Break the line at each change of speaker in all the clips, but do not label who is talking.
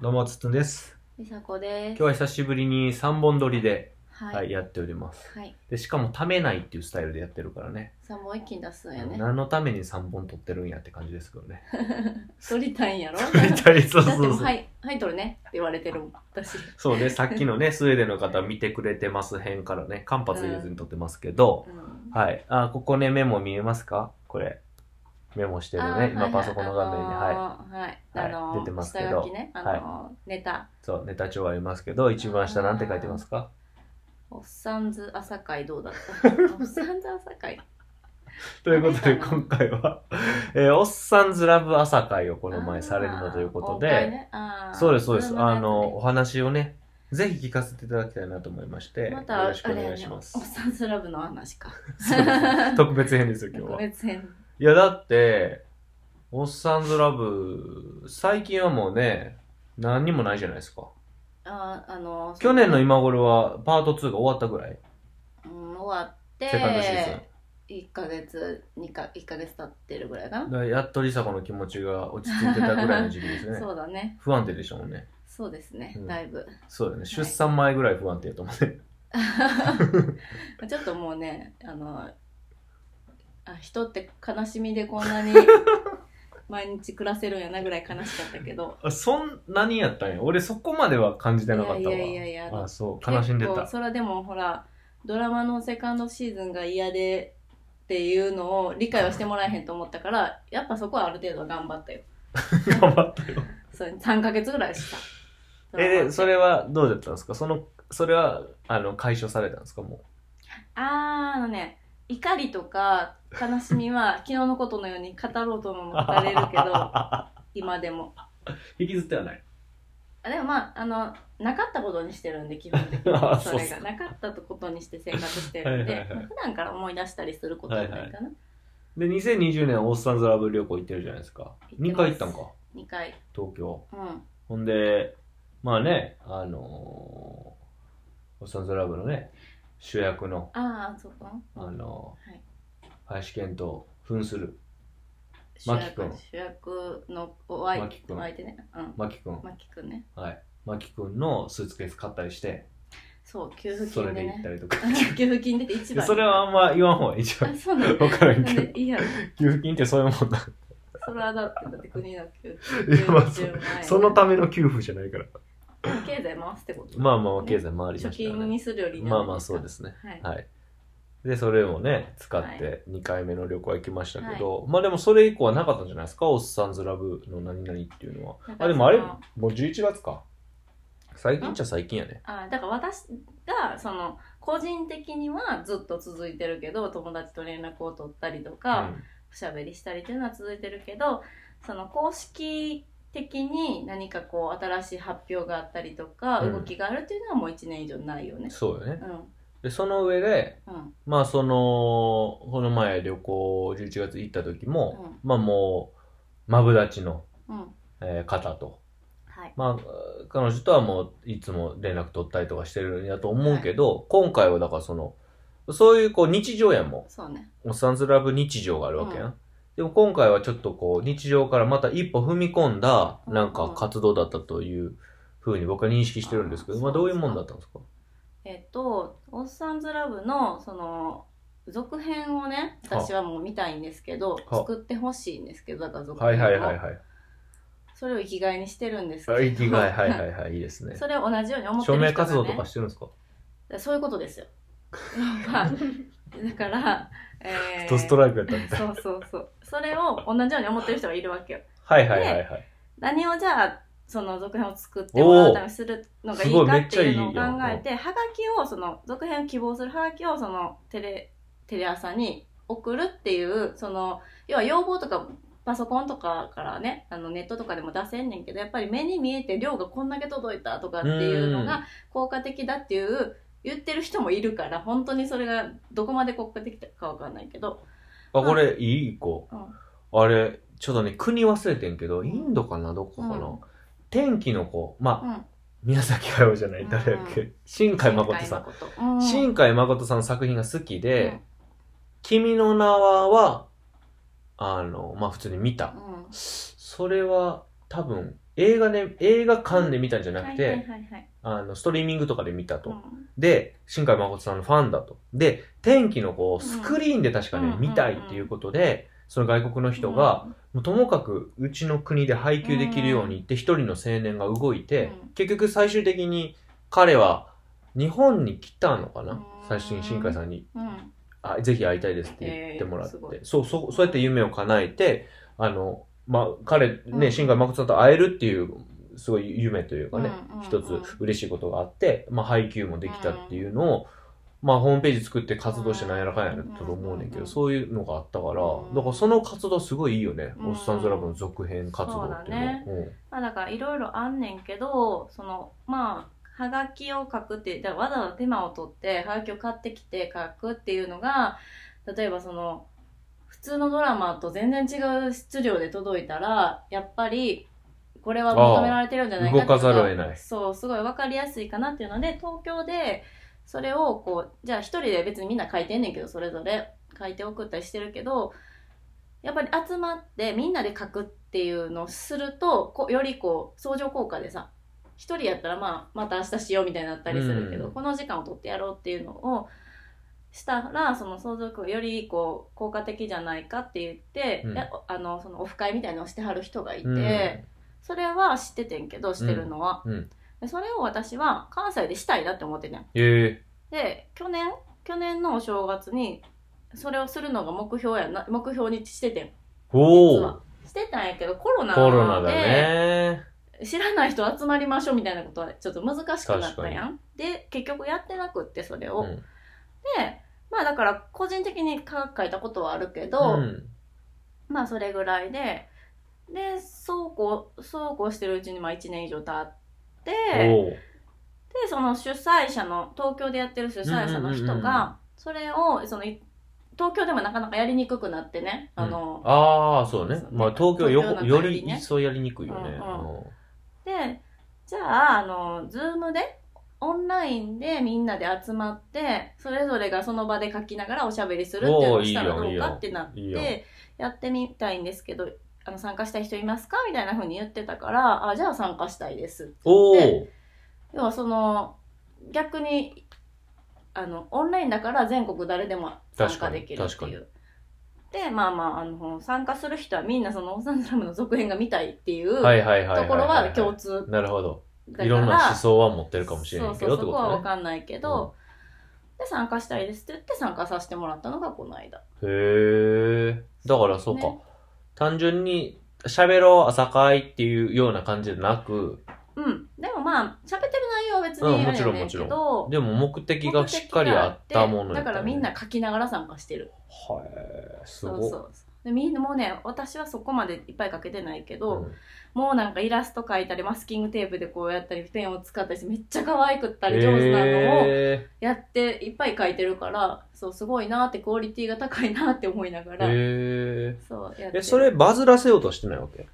どうも、つっつんです。
みさこで
今
す。
日は久しぶりに3本撮りで、
は
はい
い。
やっております。
はい。
で、しかもためないっていうスタイルでやってるからね。
さあもう一気に出すんやね。
何のために3本撮ってるんやって感じですけどね。
撮りたいんやろ
二人
だ
そう
って
そ
も
う
う、
そ
は
う。
い、はい、撮るねって言われてるもん、私。
そうね、さっきのね、ス ウェーデンの方見てくれてます編からね、間髪入れずに撮ってますけど、
うん。
はい。あ、ここね、メモ見えますかこれ。メモしてる
あー
ね。今、パソコンの画面に。
はい
はい。は
あのー。はい。あ
い
のー、
出てますけど
下書きね。あのー、ネタ。
そう、ネタ帳ありますけど、一番下なんて書いてますか
おっさんず朝会どうだった おっさんず朝会。
ということで、
あ
今回は、えーおっさんずラブ朝会をこの前されるのということ
あー。音階
で、
ねあー
そうです、そうです。
ズーム
あ
やつね
の、お話をね、ぜひ聞かせていただきたいなと思いまして、
また、
よ
あ
ろしくお
れや
願い
ね
しま
おっ
す。
さんずラブの話か。
そう特別編ですよ、今日
特
は。い
別編。
や、だって、おっさんずラブ、最近はもうね、何にもないじゃないですか。
あーあのー、
去年の今頃は、パート2が終わったぐらい、
うん、終わって、
セカンドシーズン。
1ヶ月2か1ヶ月経ってるぐらいか
だ
な、
からやっと梨紗子の気持ちが落ち着いてたぐらいの時期ですね。
そうだね
不安定でしたもんね。
そうですね、
うん
だ いぶ
そうだよね。出産前ぐらい不安定やと思うね。
ちょっともうねあのあ人って悲しみでこん なに毎日暮らせるんやなぐらい悲しかったけど
あそんなにやったんや俺そこまでは感じてなかったわ
いやいやいやいや
あそう悲しんで
結構
た
それでもほらドラマのセカンドシーズンが嫌でっていうのを理解はしてもらえへんと思ったからやっぱそこはある程度頑張ったよ
頑張 ったよ
そう3ヶ月ぐらいした
えで
そ
それはどうだったんですかそのそれはあの解消されたんですかも
あーあのね怒りとか悲しみ は昨日のことのように語ろうと
う
も語れるけど今でも
引きずってはない
あでもまああのなかったことにしてるんで基本的
あ
にそ
そうっ
れ
す
がなかったことにして生活してるんで
はいはいはい
まあ普段から思い出したりすることじゃないかな、
で2020年オースタンズラブ旅行行ってるじゃないですか
ってます
2回行ったんか
2回
東京
うん
ほんでまあねあのー、オースタンズラブのね主役の
ああそうか
あのー
はい
林健と扮する
主
マキ
役
君
主役のお相
マキ君
お相手ねうん
真木君
マキ君ね
はい真木君のスーツケース買ったりして
そう給付
そ
金
れで
で
行っ
ね
たりとか
給付金出て一番
それはあんま言わん方がいいじゃ
あ
ん
そうなんだ
分からん
な
け
ん
ど
でいいやろ
給付金ってそういうもん だ
それはだってだって国の給
いやまあ
給付金
そのための給付じゃないから
経済回すってこと
まあまあ経済回り
貯
ました
金
ね
にするより
まあまあそうですすね
はい
はいでそれをね使っ
は
て2回目の旅行は行きましたけど、まあでもそれ以降はなかったんじゃないですか「おっさんずラブ」の何々っていうのは
なんか
あでもあれ
そ
も
の
う11月か最近っちゃ最近やね
あだから私がその個人的にはずっと続いてるけど友達と連絡を取ったりと
う
か、
ん
おしゃべりしたりっていうのは続いてるけどその公式的に何かこう新しい発表があったりとか、
うん
動きがあるっていうのはもう1年以上ないよね
そうよね
うん
でその上で
うんうん
まあそのこの前旅行11月行った時も、まあもう、マブダチの、
うん
えー方と、
はい
まあ、彼女とはもういつも連絡取ったりとかしてるんやと思うけど、今回はだからその、そういうこう日常やんも
そうね
ん。おっさんずラブ日常があるわけやん。
う
でも今回はちょっとこう日常からまた一歩踏み込んだ
うん
なんか活動だったというふうに僕は認識してるんですけど、
あー
まあど
そう
うい
で
う
すか
もんだったんですか
えっと「オッサンズラブの」その続編をね
は
私はもう見たいんですけど
は
作ってほしいんですけどだから続
は
編
い
を、
はいはいはい。
それを生きがいにしてるんですけど
生きがい、はいはいはい、いいですね。
それを同じように思って
署
る人が、ね、
名活動とかしてるんですか
そういうことですよ まあだから、えー
ドストライクやったみたい。
そうそうそうそれを同じように思ってる人がいるわけよ
はいはいはいはい。
何をじゃあその続編を作ってもらうためにするのがいいかっていうのを考えてはがきをその続編を希望するはがきをそのテレテレ朝に送るっていうその要は要望とかパソコンとかからねあのネットとかでも出せんねんけどやっぱり目に見えて量がこんだけ届いたとかっていうの
う
が効果的だっていう言ってる人もいるから本当にそれがどこまで効果的かわかんないけど、
あ、これ、いい子。あれ、ちょっとね、国忘れてんけど、
うん
インドかな、どこかな。
うん
天気の子。まあ、
うん、
宮崎駿じゃない、誰やっけ。新海誠さん。
ん
新海誠さんの作品が好きで、
うん
君の名は、あの、まあ普通に見た。
うん
それは、多分、映画で、映画館で見たんじゃなくて、
はいはいはいはい。
あの、ストリーミングとかで見たと。
うん
で、新海誠さんのファンだと。で、天気の子をスクリーンで確かね、
うん
見たいっていうことで、その外国の人が、、もうともかくうちの国で配給できるようにって一人の青年が動いて、
うん
結局最終的に彼は日本に来たのかな、
うん
最終的に新海さんに
うんうん
あ「ぜひ会いたいです」って言ってもらっ
えー
て、
すごい
そうそうそうやって夢を叶えてあの、まあ、彼
う
ね
ん
新海誠さんと会えるっていうすごい夢というかね、
うんうんうん
一つ嬉しいことがあって、まあ、配給もできたっていうのを、まあ、ホームページ作って活動してなんやらかんやらだと思うねんけど、
うん
そういうのがあったから、
うん
だからその活動すごいいいよね、
うん
おっさんずラブの続編活動っていうのう
まあだからいろいろあんねんけど、その、まあ、はがきを書くって、だからわざわざ手間を取って、はがきを買ってきて書くっていうのが、例えばその、普通のドラマと全然違う質量で届いたら、やっぱり、これは求められてるんじゃないか
動かざるを得ない
そう、すごいわかりやすいかなっていうので、東京で、それをこう、じゃあ一人で別にみんな書いてんねんけど、それぞれ書いて送ったりしてるけど、やっぱり集まってみんなで書くっていうのをすると、こうよりこう、相乗効果でさ、一人やったらまあ、また明日しようみたいになったりするけど、
うん
この時間を取ってやろうっていうのをしたら、その相乗効果よりこう、効果的じゃないかって言って、
うん
えあの、そのオフ会みたいなのをしてはる人がいて、
んうん
それは知っててんけどしてるのは、
うんうん
でそれを私は関西でしたいなって思ってんねん
え
で去年去年のお正月にそれをするのが目標やな目標にしててん
ー、お
実
お
はしてたんやけどコロナで
コロナだね
知らない人集まりましょうみたいなことはちょっと難しくなったやんで結局やってなくってそれを、
うん
でまあだから個人的に書いたことはあるけど、
うん
まあそれぐらいででそうこうそうこうしてるうちにまあ1年以上経ってで
おー
その主催者の東京でやってる主催者の人が、
うんうんうんうん
それをそのい東京でもなかなかやりにくくなってね、あの
ああそうね
そうね
まあ東京よこ
東京
よ
なんかよ
り
りね
一層やりにくいよね、
うんでじゃああの Zoom でオンラインでみんなで集まってそれぞれがその場で書きながらおしゃべりするっていうのをしたら
おー
ど
いういやん
かってなっ
いいやんいい
てやってみたいんですけどあの参加したい人いますかみたいな風に言ってたからあじゃあ参加したいですって
お
言って
お
要はその逆にあのオンラインだから全国誰でも参加できるって
確か
い
に
う。でまあまああの参加する人はみんなそのオーサンズラムの続編が見たいっていうとこ
はいはいはいいい
ろは共通
なるほど
だから、
いろんな思想は持ってるかもしれないけど
そうそう
って
そ
こ
こは
と
分
ね
かんないけど、で参加したいですって言って参加させてもらったのがこの間。
へえ。だからそうか。
ね
単純に、喋ろう、朝会っていうような感じじゃなく、
うん、でもまあ喋ってる内容は別に
うん
あれや
も
ね
ち
け
ろんもち
ど、
でも目的がしっかりあったものや
だ
っ
か
た
ら
よね
みん。な書きながら参加してる
はい、す
そ
ご
う
い。
そうでみんなもうね私はそこまでいっぱい書けてないけど、
うん
もうなんかイラスト描いたりマスキングテープでこうやったりペンを使ったりしてめっちゃ可愛くったり上手なのを
へ
やっていっぱい書いてるからそうすごいなってクオリティが高いなって思いなが
え。
ら、
へ
そうやっ
え。
て
え、それバズらせようとしてないわけ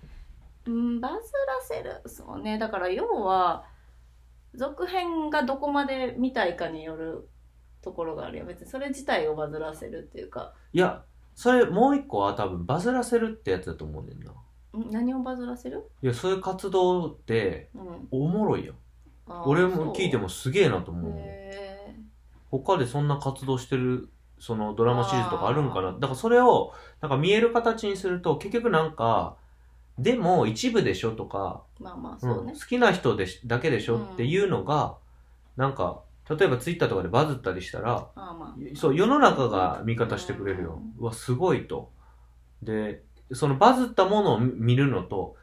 うん、バズらせるそうねだから要は続編がどこまで見たいかによるところがあるよ別にそれ自体をバズらせるっていうか
いや、それもう一個は多分バズらせるってやつだと思うねんな。
ん何をバズらせる、
いや、そういう活動って
うん、
おもろいやん。
あー
俺も聞いて
そ
もすげえなと思
う
うもん。
へー
他でそんな活動してるそのドラマシリーズとかあるんかな
あ
だからそれをなんか見える形にすると結局なんかでも一部でしょとか、
まあまあそう
うん
ね
好、きな人でしだけでしょっていうのが、なんか例えばツイッターとかでバズったりしたら
あーまあ
そう世の中が味方してくれるよ、うわすごいとでそのバズったものを見るのと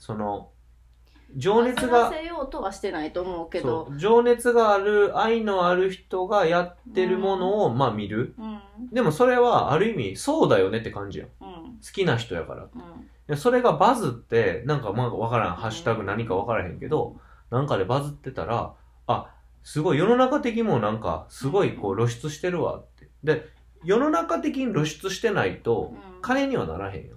その情熱が
バズらせようとはしてないと思うけ
そ
ど
う情熱がある愛のある人がやってるものを、まあ見る
うん
でもそれはある意味そうだよねって感じやん。好
うん
きな人やから。い
うん
やそれがバズって、なんかまあわからん、
うん
ハッシュタグ何かわからへんけど、なんかでバズってたら、あ、すごい世の中的にもなんかすごいこう露出してるわって。で、世の中的に露出してないと
う、ん
金にはならへんやん。
う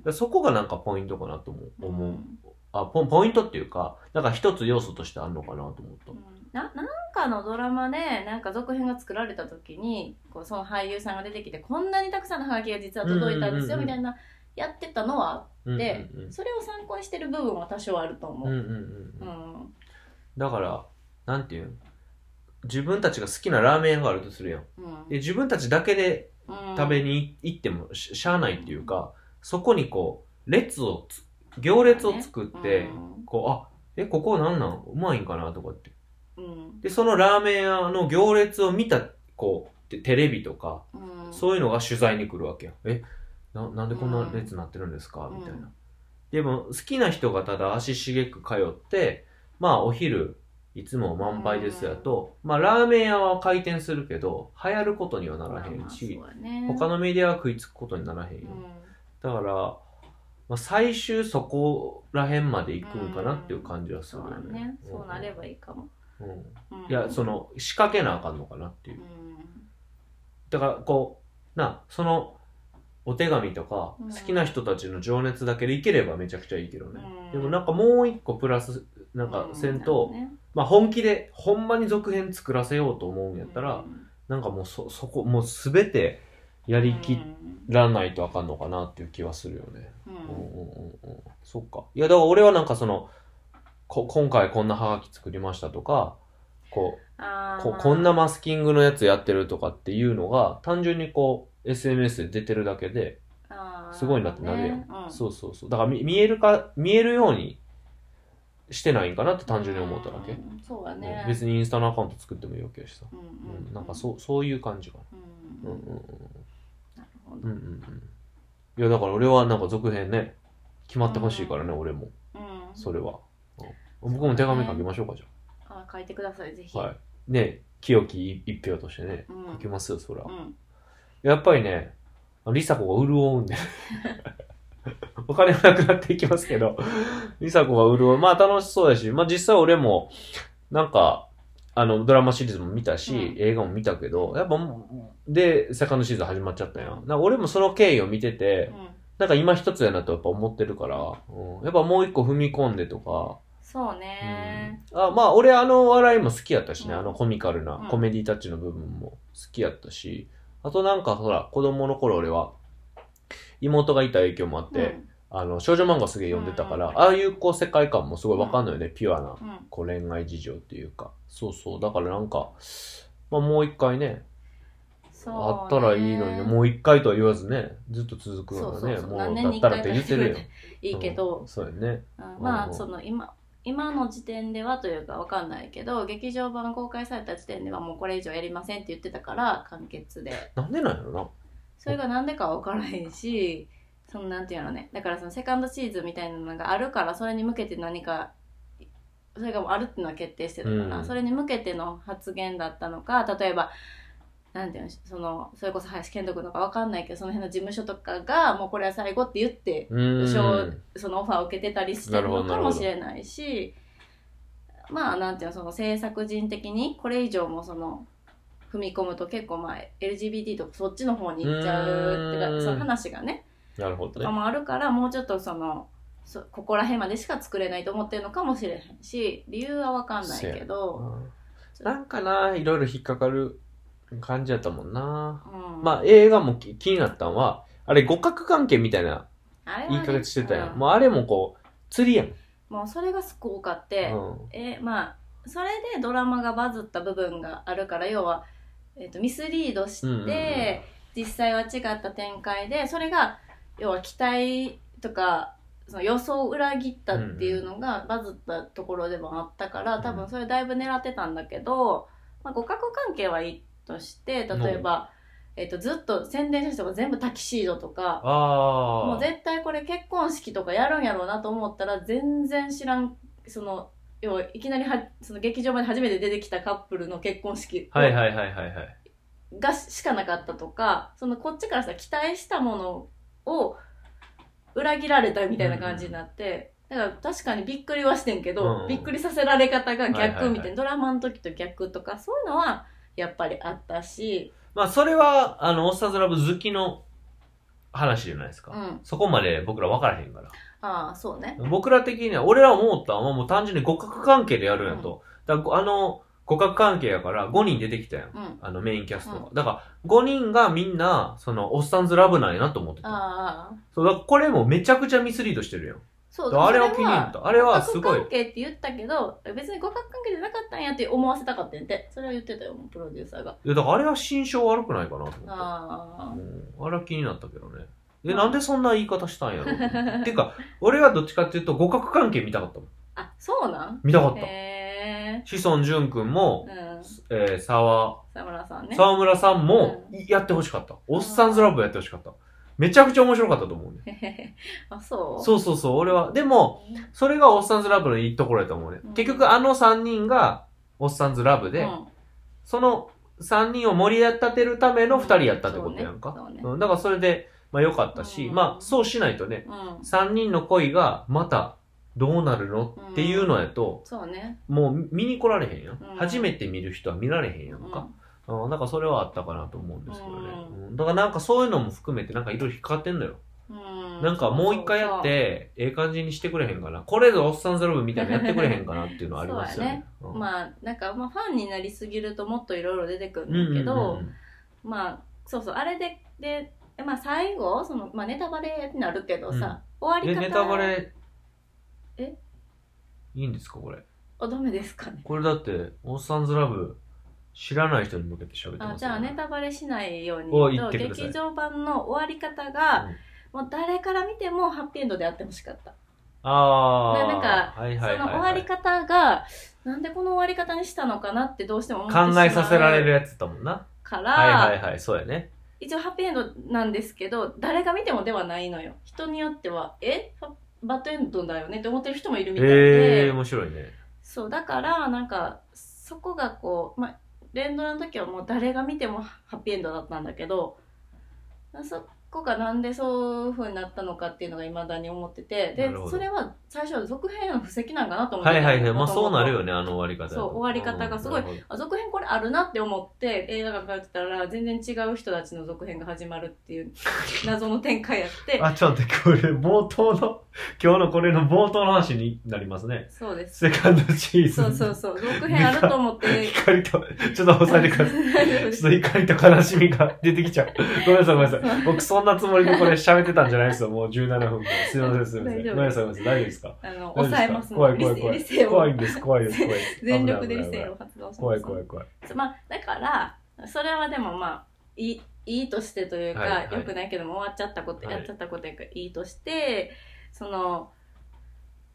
ん
でそこがなんかポイントかなと思う。思
う
うんあポ、ポイントっていうか、なんか一つ要素としてあるのかなと思った。
ななんかのドラマでなんか続編が作られた時にこうその俳優さんが出てきてこんなにたくさんのハガキが実は届いたんで
うんうん
すよ
うんうん
みたいなやってたのは
うん
で
うん
それを参考にしてる部分は多少あると思
うんうん
う。
うん
う
うん
ん
だからなんていうん自分たちが好きなラーメン屋があるとするやん
うん
で自分たちだけで
うん
食べに行ってもししゃあないっていうかそこにこう列をつ行列を作ってこうあえここなんなんうまいんかなとかって
うん
でそのラーメン屋の行列を見たこうてテレビとか
うん
そういうのが取材に来るわけやえななんでこんな列になってるんですか
うん
みたいなでも好きな人がただ足しげく通ってまあお昼いつも満杯ですやと、まあラーメン屋は回転するけど流行ることにはならへんし、
まあまあそうやね
他のメディアは食いつくことにならへんよ、だから、まあ、最終そこら辺まで行くんかなっていう感じはす
そ
る
う
よ
だ
ね
ね。そうなればいいかも。
うんうん
うん
いやその仕掛けなあかんのかなっていううんだからこうなそのお手紙とか
うん
好きな人たちの情熱だけでいければめちゃくちゃいいけどね、
うん
でもなんかもう一個プラスなんかせんと、まあ、本気でほんまに続編作らせようと思うんやったら、なんかもうそそこもう全てや
や
りきらないとあかんのかなっていう気はするよね、うんうんうんうんそっかいやだから俺はなんかそのこ今回こんなハガキ作りましたとかこうここんなマスキングのやつやってるとかっていうのが単純にこう SNS で出てるだけで、すごいなってなるやん
ん
そうそうそうだから見見えるか見えるようにしてないんかなって単純に思っただけ、
うんそうだ
う
ね
ん別にインスタのアカウント作ってもいいわけやしさ、
う
うん
ん
なんかそうそういう感じか
う
な、
ん
うんうん
なるほ
うんう
ど
んうんうんいやだから俺はなんか続編ね決まってほしいからね、俺も
うん
それは、うん僕も手紙書きましょうかじ
あ書いてくださいぜひ
ゃあはいね清き一票としてね
うん
書きますよそら、
うん
やっぱりね、リサ子が潤うんで、 お金もなくなっていきますけど、リサ子が潤う。まあ楽しそうだし、まあ実際俺も、なんか、あの、ドラマシリーズも見たし、
うん
映画も見たけど、やっぱもう、で、セカンドシーズン始まっちゃったよ。なんか俺もその経緯を見てて、
うん
なんか今一つやなとやっぱ思ってるから、うんやっぱもう一個踏み込んでとか、
そうね
うんあまあ俺あの笑いも好きやったしね、
うん
あのコミカルな、
うん
コメディタッチの部分も好きやったしあとなんかほら子供の頃俺は妹がいた影響もあって、
うん
あの少女漫画すげえ読んでたから、
うん
ああいうこう世界観もすごいわかんないよね、ピュアな
うん
こう恋愛事情っていうかそうそうだからなんか、まあ、もう一回ね
そうね
あったらいいのにねもう一回とは言わずねずっと続くの
そう
ね
そうそう
も
何
う
年
だっ
に
たらって言
一
って
回か
るよ
いいけど
うんそうやね
うんま
う
あ
ん
その今今の時点ではというかわかんないけど劇場版公開された時点ではもうこれ以上やりませんって言ってたから完結で
なんでなんやろな
それがなんでかは分からへんしそのなんていうのねだからそのセカンドシーズンみたいなのがあるからそれに向けて何かそれがもうあるっていうのは決定してるから、
うん
それに向けての発言だったのか例えばなんていうのそのそれこそ林健人君とか分かんないけどその辺の事務所とかがもうこれは最後って言って
うーん
そのオファーを受けてたりしてる
なるほ
のか
どなるほ
も
ど
しれないしまあなんていうのその制作人的にこれ以上もその踏み込むと結構まあ LGBT とかそっちの方に行っちゃうっていう
ー
う
ん
かその話がね
なるほ
と
どね
かもあるからもうちょっとそのそここら辺までしか作れないと思ってるのかもしれへんし理由は分かんないけど、
なんかないろいろ引っかかる感じやったもんな。
うん、
まあ映画もき気になったんは、あれ互角関係みたいな
あれはね
言い方してたや
うん
ん。もうあれもこう、釣りやん。
もうそれがすごく多かって、
う
えまあそれでドラマがバズった部分があるから要は、えー、とミスリードして、
うんうんうん
実際は違った展開でそれが要は期待とかその予想を裏切ったっていうのがバズったところでもあったから、
うん
多分それだいぶ狙ってたんだけど、まあ、互角関係はいいとして例えば、えー、とずっと宣伝した人が全部タキシードとか。
ああ。
もう絶対これ結婚式とかやるんやろうなと思ったら全然知らんその要はいきなりはその劇場まで初めて出てきたカップルの結婚式
はいはいはいはいはい。
がしかなかったとかそのこっちからさ期待したものを裏切られたみたいな感じになって、だから確かにびっくりはしてんけど、
うん
びっくりさせられ方が
はいはいは
逆
い
みたいな、ドラマの時と逆とかそういうのはやっぱりあったし、
まあそれは、あの、オッサズラブ好きの話じゃないです
う
か。
ん、
そこまで僕ら分からへんから。
ああそうね
僕ら的には、俺ら思ったのはもう単純に互角関係でやるんやと。だからあの、互角関係やから5人出てきたやん。
うん。
あのメインキャストが。だから5人がみんな、その、おっさんずラブなんやなと思ってた。
ああ。
そう、だからこれもめちゃくちゃミスリードしてるやん。
そう
あれは気に入ったあれはすごい
互角関係って言ったけど、別に互角関係じゃなかったんやって思わせたかったんやって。それは言ってたよ、もうプロデューサーが。
いや、だからあれは心象悪くないかなと思って。
ああ。
うんあれは気になったけどね。え、なんでそんな言い方したんやろ っていうか、俺はどっちかっていうと互角関係見たかったもん。
あ、そうなん
見たかった。
へえ。
志尊淳君も
う、ん。
えー、沢、
沢村さんね。
沢村さんも
う
やってほしかった。おっさんずラブやってほしかった。めちゃくちゃ面白かったと思うね。
あ、そう
そうそうそう、俺は。でも、それがおっさんずラブのいいところやと思うね
うん。
結局あの3人がおっさんずラブ
う
で、
ん
その3人を盛り立てるための2人やったってことやんか。
そうねそうね
うん、だからそれで、まあ良かったし、
うん
まあそうしないとね、
うん。
3人の恋がまたどうなるのっていうのやと、
そうね。
もう見に来られへんやん、
うん
初めて見る人は見られへんやんか、うん、だからそれはあったかなと思うんですけどね、
う
うんだからなんかそういうのも含めてなんかいろいろ引っかかってんのよ、
うん。
なんかもう一回やってええ感じにしてくれへんかなこれぞおっさんずラブみたいなのやってくれへんかなっていうのはありますよね
そうそう
う
そうんまあ、なんか、まあ、ファンになりすぎるともっといろいろ出てく
うんうん
るんだけど、
うん
まあ、そうそう、あれで、で、まあ、最後、その、まあ、ネタバレになるけどさ、終わ
え
り方
ネタバレ
え
いいんですかこれ
あ、ダメですかね。
これだっておっさんずラブ知らない人に向けて喋ってますよね
あじゃあネタバレしないように
お
言
言っ
う
て
と
ください
劇場版の終わり方が、もう誰から見てもハッピーエンドであってほしかった、
ああ。
でなんか
はいはいはいはい、
その終わり方がなんでこの終わり方にしたのかなってどうしても思ってしまう
考えさせられるやつだもんな。
から、
はいはいはい、そうやね。
一応ハッピーエンドなんですけど誰が見てもではないのよ人によってはえハバッドエンドだよねって思ってる人もいるみたいで、
ええー、面白いね。
そうだからなんかそこがこう、まあ、連ドラの時はもう誰が見てもハッピーエンドだったんだけどそこがなんでそういう風になったのかっていうのがいまだに思っててで
なるほど
それは最初は続編への布石なんかなと思って
は
た
いはいはい、まあ
元
そう
々
なるよね、あの終わり方。
そう終わり方がすごい
うん。なる
あ続編これあるなって思って映画が書いてたら全然違う人たちの続編が始まるっていう謎の展開やっ
ほ
て
ど あ、ちょっと待ってこれ、冒頭の、今日のこれの冒頭の話になりますね。
そうで
セ
す
カンドシーズン。
そうそうそう続編あると 思って
光と、ちょっと抑えてください。
大丈夫です
ちょっと怒りと悲しみが出てきちゃう。ごめんなさい、ごめんなさい。僕、そんなつもりでこれ喋ってたんじゃないですよ。もう17分間。すいません、すいません。ご
大丈夫
めんなさい、ごめんなさい。大丈夫ですか
あの
大丈夫ですか
抑えますの
怖い怖い怖い
理性理性を
怖いんです、怖い です、怖いです。
全力で理
危ない
性を発動します
怖い怖い怖い。
まあだからそれはでもまあいいいいとしてというか、
はいはい
よくないけども終わっちゃったこと、
はい
やっちゃったことやからいいとしてその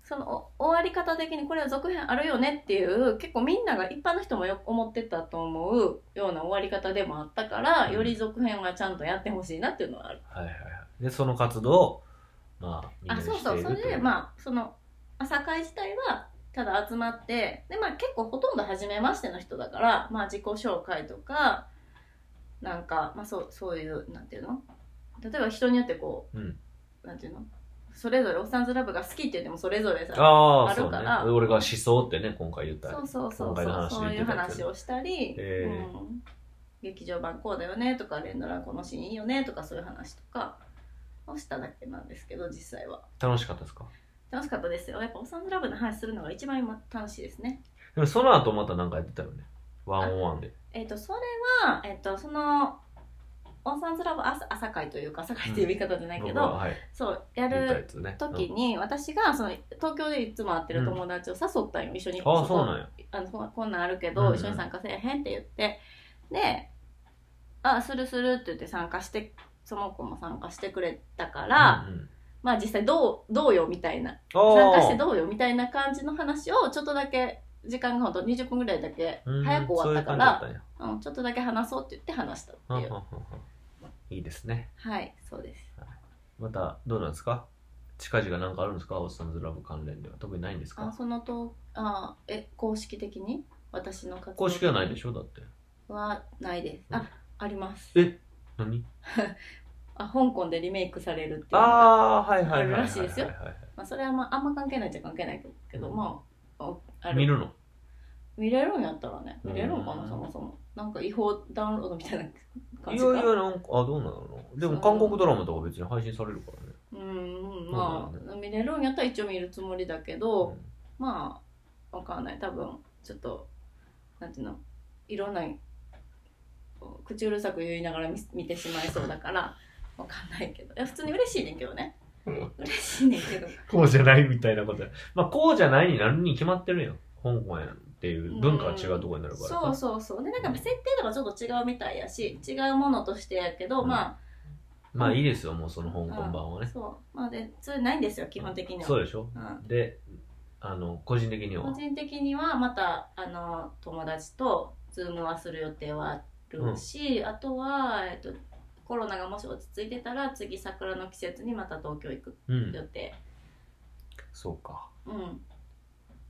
そのお終わり方的にこれは続編あるよねっていう結構みんなが一般の人もよ思ってたと思うような終わり方でもあったから、
うん
より続編はちゃんとやってほしいなっていうのはある。
はいはいはい。で、その活動を、まあ、みんな
あ
に
そう
して
そ
いうる
そ
とい
れでまあその朝会自体はただ集まってで、まあ、結構ほとんど初めましての人だから、まあ、自己紹介とかなんか、まあ、そうそういうなんていうの例えば人によってこう、
うん
なんていうのそれぞれ「おっさんずラブ」が好きって言ってもそれぞれさ
ああ、
あ
そうね
るから。
俺が思想ってね、今回言った。
そうそうそう
今回の
そ
話
うそう
で
い
言
う
ってたやつ
話をしたり、
えー
うん劇場版こうだよねとか連ドラこのシーンいいよねとかそういう話とかをしただけなんですけど実際は。
楽しかったですか
楽しかったですよ。やっぱオサンズラブの話するのが一番今楽しいですね。
でもその後またなんかやってたよね。ワンオンワンで。
えっ、と、それは、えっ、と、その、オサンズラブ朝朝会というか、朝会っていう言い方じゃないけ
僕
ど、
ははい。
そう、や
言ったや
る
つね。
時に、私がその東京でいつも会ってる友達を誘ったんよ、一緒に。
うんああ、そうなんや。
あのここんなんあるけ
うん
ど、
うん
一緒に参加せえへんって言ってで「あするする」って言って参加してその子も参加してくれたから、
うんうん
まあ実際どうどうよみたいな参
あ
加して
あ、
どうよみたいな感じの話をちょっとだけ時間がほんと20分ぐらいだけ
うん
早く終わったか
そ
ら
ういう感じだ
うんちょっとだけ話そうって言って話したって
ったん
い
やうん
う
うんうんうんいいですね。
はいそうです
また、どうなんですか近々なんかあるんですかオッサンズラブ関連では。特にないんです
あ
か
そのとあえ公式的に私の活動
公式はないでしょだって。
はないです
うん
ああります
え何
あ香港でリメイクされるっていうのが
ああ、はいはいはいははは。
あるらしいですよまあ、それは、まあ、あんま関係ないっちゃ関係ないけど、
うん
まあおあ
見
る
るの
見れるんやったらね見れるのか
う
なんそもそもなんか違法ダウンロードみたいな感
い
じ
や
か
いや、なんか、あ、どうなのでも韓国ドラマとか別に配信されるからね。
うん
ん
まあ、見れるんやったら一応見るつもりだけど、
うん
まあわかんない多分ちょっとなんていうのいろんな口うるさく言いながら見見てしまいそうだからわかんないけどいや普通に嬉しいねんけどね
うん
嬉しいねんけど
こうじゃないみたいなことやまあこうじゃないになるに決まってるやん香港やんっていう文化が違うところになるから
そうそうそうでなんか設定とかちょっと違うみたいやし違うものとしてやけど、
うん
ま
まあいいですよもうその香港版は
あ
ね、
そうまあでそれないんですよ基本的には
そうでしょ
うん
であの個人的に
個
は
人的にはまたあの友達とズームはする予定はあるし、あとは、えっと、コロナがもし落ち着いてたら次桜の季節にまた東京行く
うん
予定、
そうか
うん、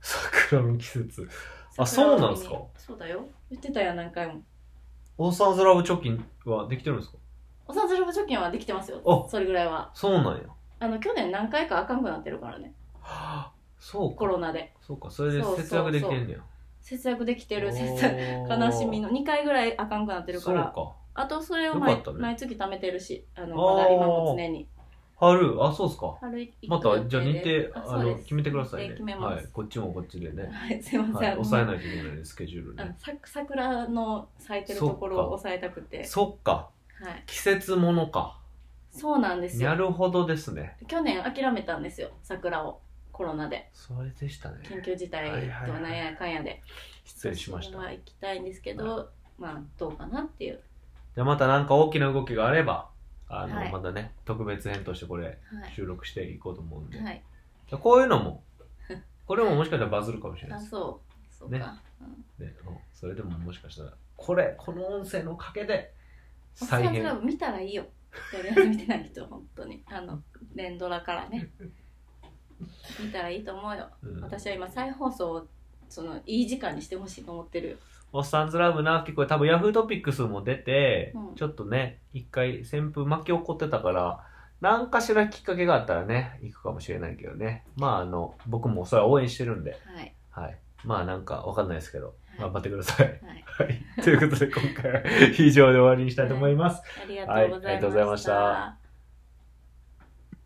桜の季節あそうなんすか
桜の日にそうだよ言ってたよ何回も
オーサンズラブ貯金はできてるんですか
お札束貯金はできてますよ
あ
それぐらいは
そうなんや
あの去年何回かあかんくなってるからね
はあそうか
コロナで
そうかそれで節約できてんねや
節約できてる節約
悲
悲しみの2回ぐらいあかんくなってるから
そうか
あとそれを
よ
毎,、
かったね
毎月貯めてるしあの
あー
まだ今も常に
春あそうっすか
春行く
ま
予
た
定
じゃあ日
で
程
あ
あ
そう
の
です
決めてください
日
ね
程決めま
はい
す、
こっちもこっちでね、
はい、すいま
は
せん、
い、
あの
抑えないといけないねスケジュール
あの
ね
さ桜の咲いてるところを抑えたくて
そっか
はい、
季節ものか
そうなんです
な
よ
るほどですね
去年諦めたんですよ桜をコロナで
それでしたね
緊急事態
はいはい
と
はい
なんやかんやで
失礼しました
それは行きたいんですけど、まあどうかなっていう
じゃあまたなんか大きな動きがあればあの、
はい
またね特別編としてこれ
は
収録していこうと思うんで、
い、はい、
じゃあこういうの もこれももしかしたらバズるかもしれない
あ
です、
そうそうか、
ね
うん
ねうんそれでももしかしたらこれこの音声のおかげで
おっさん
再
クラ
編
ブ見たらいいよとりあえず見てない人本当にあの連ドラか らね見たらいいと思うよ
うん
私は今再放送をそのいい時間にしてほしいと思ってるよ
おっさんずラブな結構多分ヤフートピックスも出て、
うん
ちょっとね一回旋風巻き起こってたから何かしらきっかけがあったらね行くかもしれないけどねまああの僕もそれは応援してるんで
はい
はいまあなんかわかんないですけど
は
頑張ってください
い、はい、
はい、ということで今回は以上で終わりにしたいと思います
ありがとうご
はい
ざいました、
ありがとうございました